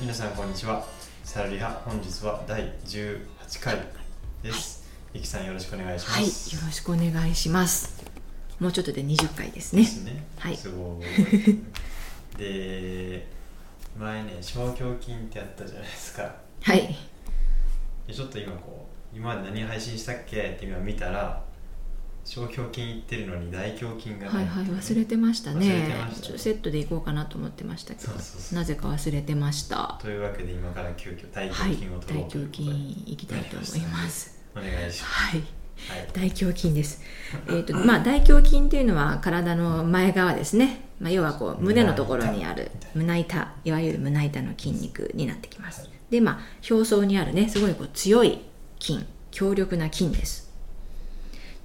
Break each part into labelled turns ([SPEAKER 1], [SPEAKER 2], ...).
[SPEAKER 1] 皆さんこんにちはサラリハ本日は第18回です、ゆきさんよろしくお願いします、
[SPEAKER 2] はい、よろしくお願いします。もうちょっとで20回です
[SPEAKER 1] で
[SPEAKER 2] ね。
[SPEAKER 1] すね、
[SPEAKER 2] はい
[SPEAKER 1] すご いで前ね小胸筋ってやったじゃないですか
[SPEAKER 2] はい、
[SPEAKER 1] でちょっと今こう今まで何配信したっけって今見たら小胸筋いってるのに大胸筋が
[SPEAKER 2] はい、はい、忘れてました
[SPEAKER 1] 忘
[SPEAKER 2] ね
[SPEAKER 1] れてました。
[SPEAKER 2] ちょっとセットで行こうかなと思ってましたけど
[SPEAKER 1] そうそうそう、
[SPEAKER 2] なぜか忘れてました。
[SPEAKER 1] というわけで今から急遽大
[SPEAKER 2] はい
[SPEAKER 1] 胸筋を、取
[SPEAKER 2] 大
[SPEAKER 1] ろうとい
[SPEAKER 2] 胸
[SPEAKER 1] うこと
[SPEAKER 2] 筋
[SPEAKER 1] で、
[SPEAKER 2] 行きたいと思います。
[SPEAKER 1] お願いしま
[SPEAKER 2] はい、
[SPEAKER 1] す、はい
[SPEAKER 2] 大胸筋です。えっ、と、まあ、大胸筋っていうのは体の前側ですね。まあ、要はこう胸のところにある胸板、いわゆる胸板の筋肉になってきます。で、まあ、表層にあるね、すごいこう強い筋、強力な筋です。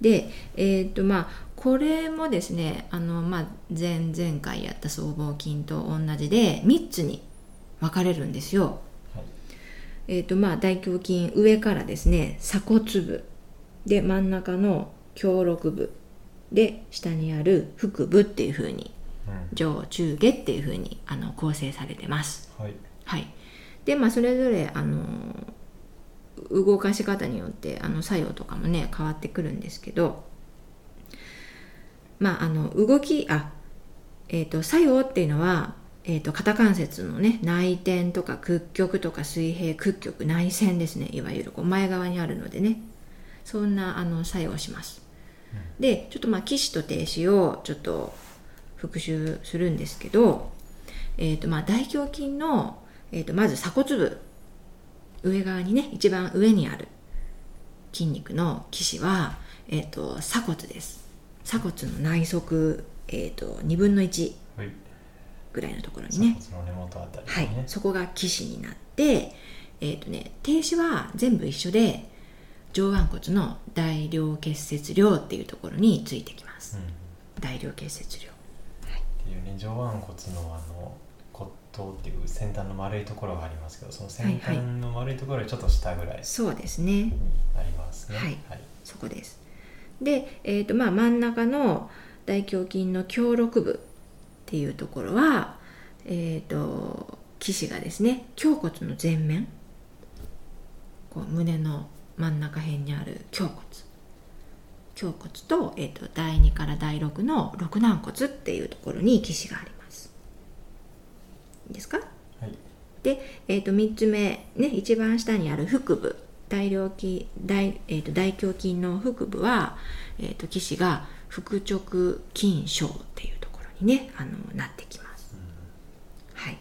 [SPEAKER 2] で、えーとまあ、これもですねあの、まあ、前々回やった僧帽筋と同じで3つに分かれるんですよ。
[SPEAKER 1] はい
[SPEAKER 2] えーとまあ、大胸筋上からですね鎖骨部で真ん中の胸肋部で下にある腹部っていうふうに
[SPEAKER 1] うん
[SPEAKER 2] 上中下っていうふうにあの構成されてます。
[SPEAKER 1] はい
[SPEAKER 2] はい、でまあそれぞれあの動かし方によってあの作用とかもね変わってくるんですけどまああの動きあえっ、と作用っていうのは、えー、と肩関節のね内転とか屈曲とか水平屈曲内旋ですねいわゆるこう前側にあるのでねそんなあの作用をします。でちょっとまあ起死と停止をちょっと復習するんですけど、えーとまあ、大胸筋の、えー、とまず鎖骨部上側にね一番上にある筋肉の起死は、えー、と鎖骨です鎖骨の内側、えー、と2分の1
[SPEAKER 1] はい
[SPEAKER 2] ぐらいのところに
[SPEAKER 1] 鎖
[SPEAKER 2] ね
[SPEAKER 1] 骨の根元あたりです
[SPEAKER 2] はい
[SPEAKER 1] ね、、
[SPEAKER 2] そこが起死になって、えっとね、停止は全部一緒で上腕骨の大量結節量っていうところについてきます、
[SPEAKER 1] うん
[SPEAKER 2] 大量結節量
[SPEAKER 1] っていうね上腕骨のあの骨頭っていう先端の丸いところがありますけどその先端の丸いところよりちょっと下ぐらい
[SPEAKER 2] そうですね
[SPEAKER 1] になりますね
[SPEAKER 2] はい
[SPEAKER 1] はい
[SPEAKER 2] そこですで、えっとまあ、真ん中の大胸筋の胸肋部っていうところはえっ、と騎士がですね胸骨の前面こう胸の真ん中辺にある胸骨胸骨と,、えー、と第2から第6の肋軟骨っていうところに騎士がありますいいですか
[SPEAKER 1] はい
[SPEAKER 2] で、えー、と3つ目、ね、一番下にある腹部大量筋大,、えー、と大胸筋の腹部は、えー、と騎士が腹直筋症っていうところにねあのなってきます、はい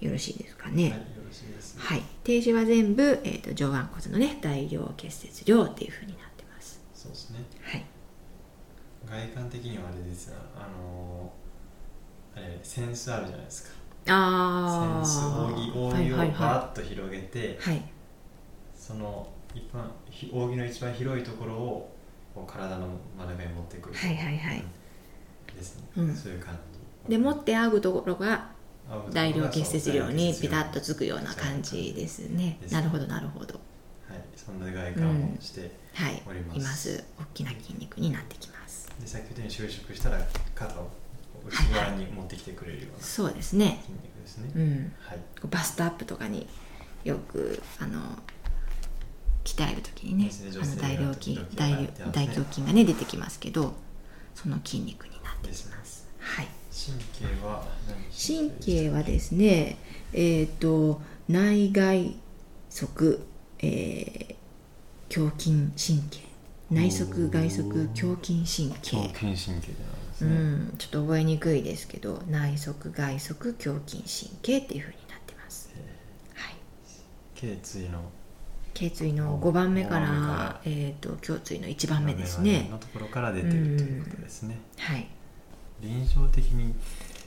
[SPEAKER 2] よろしいですかね、
[SPEAKER 1] はいよろしいです
[SPEAKER 2] はい、停止は全部、えー、と上腕骨のね大量結節量っていうふうになってます
[SPEAKER 1] そうですね
[SPEAKER 2] はい
[SPEAKER 1] 外観的にはあれですよあのーあれセンスあるじゃないですかセ
[SPEAKER 2] あ
[SPEAKER 1] ン
[SPEAKER 2] あ
[SPEAKER 1] ス扇扇を
[SPEAKER 2] はいはいは
[SPEAKER 1] バーッと広げて
[SPEAKER 2] い、はい、
[SPEAKER 1] その一般ひ扇の一番広いところをこう体の真ん中に持ってくる
[SPEAKER 2] はいはいはい
[SPEAKER 1] ですね
[SPEAKER 2] うん
[SPEAKER 1] そういう感じ
[SPEAKER 2] で持って仰ぐところ
[SPEAKER 1] 合うとこ
[SPEAKER 2] が
[SPEAKER 1] ろがそう
[SPEAKER 2] 大量結節量にピタッとつくような
[SPEAKER 1] そう
[SPEAKER 2] 感じですね
[SPEAKER 1] です
[SPEAKER 2] なるほどなるほど
[SPEAKER 1] はい、そんな外観をして、
[SPEAKER 2] はい
[SPEAKER 1] おります
[SPEAKER 2] います大きな筋肉になってきます
[SPEAKER 1] で先ほどに就職したら肩を内側に持ってきてくれるような筋
[SPEAKER 2] そうですね
[SPEAKER 1] 肉ですね、
[SPEAKER 2] うん
[SPEAKER 1] はい
[SPEAKER 2] こうバストアップとかによくあの鍛える時にね
[SPEAKER 1] ですね
[SPEAKER 2] あの大
[SPEAKER 1] 女
[SPEAKER 2] 量
[SPEAKER 1] 性
[SPEAKER 2] 筋
[SPEAKER 1] が時々
[SPEAKER 2] 大
[SPEAKER 1] や
[SPEAKER 2] 量
[SPEAKER 1] ってますね
[SPEAKER 2] 大胸筋がね出てきますけどその筋肉になって
[SPEAKER 1] ですね
[SPEAKER 2] ますはい
[SPEAKER 1] 神経は何
[SPEAKER 2] 神経
[SPEAKER 1] は
[SPEAKER 2] はですねえっ、と内外側、えー、胸筋神経内側外側胸筋神経
[SPEAKER 1] 胸筋神経でなんです
[SPEAKER 2] う
[SPEAKER 1] ね、
[SPEAKER 2] ん、ちょっと覚えにくいですけど内側外側胸筋神経っていう風になってます、はい、
[SPEAKER 1] 頸椎の
[SPEAKER 2] 頸椎の5番目から
[SPEAKER 1] 五番目から
[SPEAKER 2] えー、と胸椎の1番目ですね
[SPEAKER 1] のところから出てるということですね、
[SPEAKER 2] はい
[SPEAKER 1] 臨床的に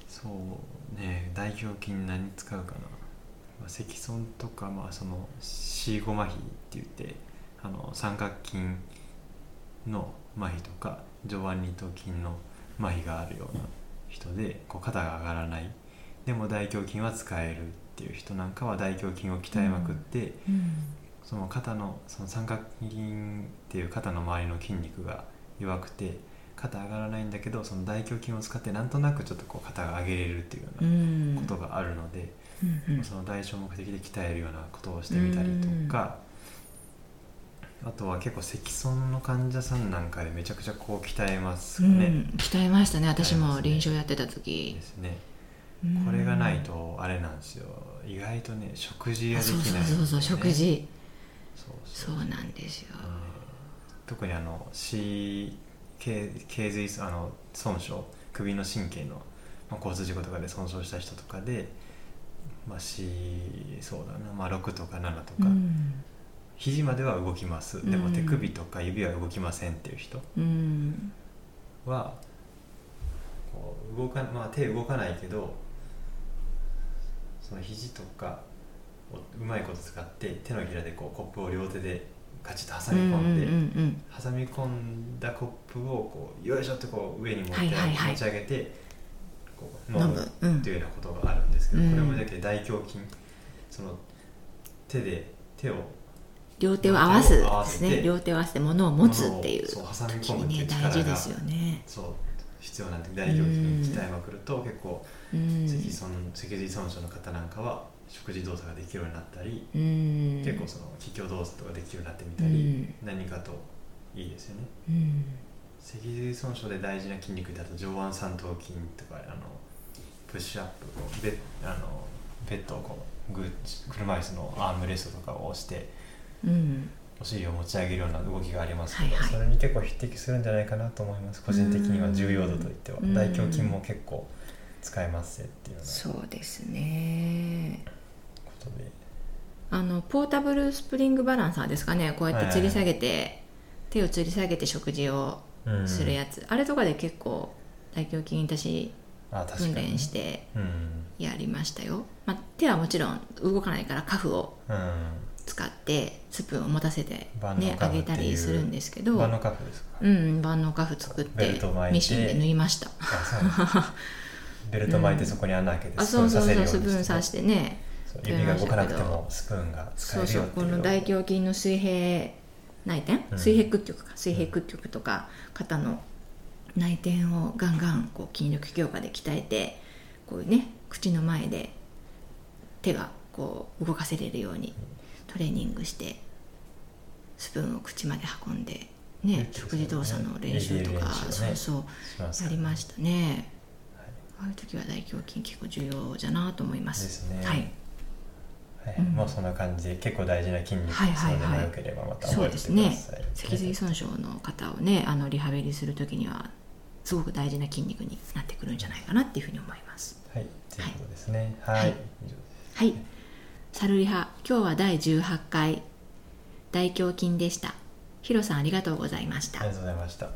[SPEAKER 1] そうね大胸筋何使うかな、まあ、脊損とか、まあ、その C5 麻痺って言ってあの三角筋の麻痺とか上腕二頭筋の麻痺があるような人でこう肩が上がらないでも大胸筋は使えるっていう人なんかは大胸筋を鍛えまくって、
[SPEAKER 2] うん
[SPEAKER 1] その肩のその三角筋っていう肩の周りの筋肉が弱くて肩上がらないんだけどその大胸筋を使ってなんとなくちょっとこう肩が上げれるっていうよ
[SPEAKER 2] う
[SPEAKER 1] うなんことがあるので、
[SPEAKER 2] うんうん
[SPEAKER 1] その代償目的で鍛えるようなことをしてみたりとか、あとは結構積損の患者さんなんかでめちゃくちゃこう鍛えます
[SPEAKER 2] う
[SPEAKER 1] ね、
[SPEAKER 2] ん、鍛えましたね私
[SPEAKER 1] 鍛えま
[SPEAKER 2] も
[SPEAKER 1] すね
[SPEAKER 2] 臨床やってた時
[SPEAKER 1] で、すね
[SPEAKER 2] うん
[SPEAKER 1] これがないとあれなんですよ意外とね食事が
[SPEAKER 2] あ
[SPEAKER 1] でき
[SPEAKER 2] そう
[SPEAKER 1] ないんですよね、
[SPEAKER 2] そうそうそう食事
[SPEAKER 1] そうそ
[SPEAKER 2] そううなんですよ
[SPEAKER 1] あのね特にあの C 頸頸髄あの損傷首の神経の、まあ、交通事故とかで損傷した人とかで、まあ、C そうだな、まあ、6とか7とか、
[SPEAKER 2] うん
[SPEAKER 1] 肘までは動きますでも
[SPEAKER 2] うん
[SPEAKER 1] 手首とか指は動きませんっていう人
[SPEAKER 2] うん
[SPEAKER 1] はこう動か、まあ、手動かないけどその肘とかをうまいこと使って手のひらでこうコップを両手でカチッと挟み込んで、
[SPEAKER 2] うんうんうんうん
[SPEAKER 1] 挟み込んだコップをこうよいしょってこう上に持って
[SPEAKER 2] はいはいはい
[SPEAKER 1] 持ち上げてこう飲
[SPEAKER 2] 飲
[SPEAKER 1] む
[SPEAKER 2] むうん
[SPEAKER 1] っていうようなことがあるんですけど、
[SPEAKER 2] うん
[SPEAKER 1] これもだけど大胸筋その手で手を
[SPEAKER 2] 両手を合わす
[SPEAKER 1] 両手を合
[SPEAKER 2] で
[SPEAKER 1] わせ
[SPEAKER 2] す
[SPEAKER 1] て
[SPEAKER 2] ね両手を合わせて物を持つっていう
[SPEAKER 1] そ
[SPEAKER 2] 時
[SPEAKER 1] う挟み込むって
[SPEAKER 2] に
[SPEAKER 1] いう
[SPEAKER 2] ね
[SPEAKER 1] 力が
[SPEAKER 2] 大事ですよね
[SPEAKER 1] そう必要なんで大胸筋鍛えまくると結構
[SPEAKER 2] うん
[SPEAKER 1] 脊髄損脊髄損傷の方なんかは食事動作ができるようになったり、
[SPEAKER 2] うん
[SPEAKER 1] 結構その気胸動作とかできるようになってみたり、
[SPEAKER 2] う
[SPEAKER 1] 何
[SPEAKER 2] ん
[SPEAKER 1] かといいですよね。
[SPEAKER 2] うん
[SPEAKER 1] 脊髄損傷で大事な筋肉だと上腕三頭筋とかあのプッシュアップこうベッあのベッドをこうグー車椅子のアームレストとかを押して
[SPEAKER 2] うん
[SPEAKER 1] お尻を持ち上げるような動きがありますけど、
[SPEAKER 2] はいはい
[SPEAKER 1] それに結構匹敵するんじゃないかなと思います個人的には重要度といっては
[SPEAKER 2] うん
[SPEAKER 1] 大胸筋も結構使えますよっていうような
[SPEAKER 2] そうですね
[SPEAKER 1] ことで
[SPEAKER 2] あのポータブルスプリングバランサーですかねこうやって吊り下げて、手を吊り下げて食事を
[SPEAKER 1] うん
[SPEAKER 2] するやつ、あれとかで結構大胸筋私
[SPEAKER 1] あ確かに
[SPEAKER 2] 訓練して
[SPEAKER 1] うん
[SPEAKER 2] やりましたよ、まあ、手はもちろん動かないからカフを
[SPEAKER 1] うん
[SPEAKER 2] 使ってスプーンを持たせて
[SPEAKER 1] 万能
[SPEAKER 2] ね
[SPEAKER 1] カ
[SPEAKER 2] あ
[SPEAKER 1] フっ
[SPEAKER 2] げ
[SPEAKER 1] て
[SPEAKER 2] た
[SPEAKER 1] い
[SPEAKER 2] り
[SPEAKER 1] う
[SPEAKER 2] するんですけど
[SPEAKER 1] バノカフ ですか、
[SPEAKER 2] うん万能カフ作って
[SPEAKER 1] ベルト巻いて
[SPEAKER 2] ミシンで縫いました
[SPEAKER 1] あそうなんだベルト巻いてそこに穴開けて、
[SPEAKER 2] あそうそう
[SPEAKER 1] スプー
[SPEAKER 2] そう
[SPEAKER 1] ン
[SPEAKER 2] スプーン
[SPEAKER 1] 刺
[SPEAKER 2] 刺
[SPEAKER 1] せ
[SPEAKER 2] し
[SPEAKER 1] る
[SPEAKER 2] てね
[SPEAKER 1] ようにしてそう指が動かなくてもスプーンが使
[SPEAKER 2] そ
[SPEAKER 1] え
[SPEAKER 2] う
[SPEAKER 1] るよ
[SPEAKER 2] そう
[SPEAKER 1] って
[SPEAKER 2] こ
[SPEAKER 1] いう
[SPEAKER 2] の大胸筋の水平内転、
[SPEAKER 1] うん
[SPEAKER 2] 水平屈曲か水平屈曲とか肩の内転をガンガンこう筋力強化で鍛えてこういうね口の前で手がこう動かせれるようにトレーニングしてスプーンを口まで運んで
[SPEAKER 1] いい
[SPEAKER 2] ね
[SPEAKER 1] ですよね
[SPEAKER 2] 食事動作の練習とか、
[SPEAKER 1] いい練習
[SPEAKER 2] そ
[SPEAKER 1] ね
[SPEAKER 2] うそ
[SPEAKER 1] し
[SPEAKER 2] う
[SPEAKER 1] ます
[SPEAKER 2] やりましたね
[SPEAKER 1] はい
[SPEAKER 2] ああいう時は大胸筋結構重要じゃなと思います
[SPEAKER 1] ですね
[SPEAKER 2] はい
[SPEAKER 1] はい
[SPEAKER 2] うん
[SPEAKER 1] もうそんな感じで結構大事な筋肉
[SPEAKER 2] はいは
[SPEAKER 1] そ
[SPEAKER 2] いはい
[SPEAKER 1] うでもよければまた
[SPEAKER 2] そ
[SPEAKER 1] 覚え
[SPEAKER 2] う
[SPEAKER 1] て
[SPEAKER 2] で
[SPEAKER 1] おいて
[SPEAKER 2] す
[SPEAKER 1] くださ
[SPEAKER 2] ね
[SPEAKER 1] い、
[SPEAKER 2] 脊髄損傷の方をねあのリハビリする時にはすごく大事な筋肉になってくるんじゃないかなっていうふうに思います
[SPEAKER 1] はいということですねはい、
[SPEAKER 2] はい
[SPEAKER 1] 以上です
[SPEAKER 2] はいサルリハ今日は第18回大胸筋でしたヒロさんありがとうございまし
[SPEAKER 1] あ
[SPEAKER 2] た
[SPEAKER 1] りがとうございました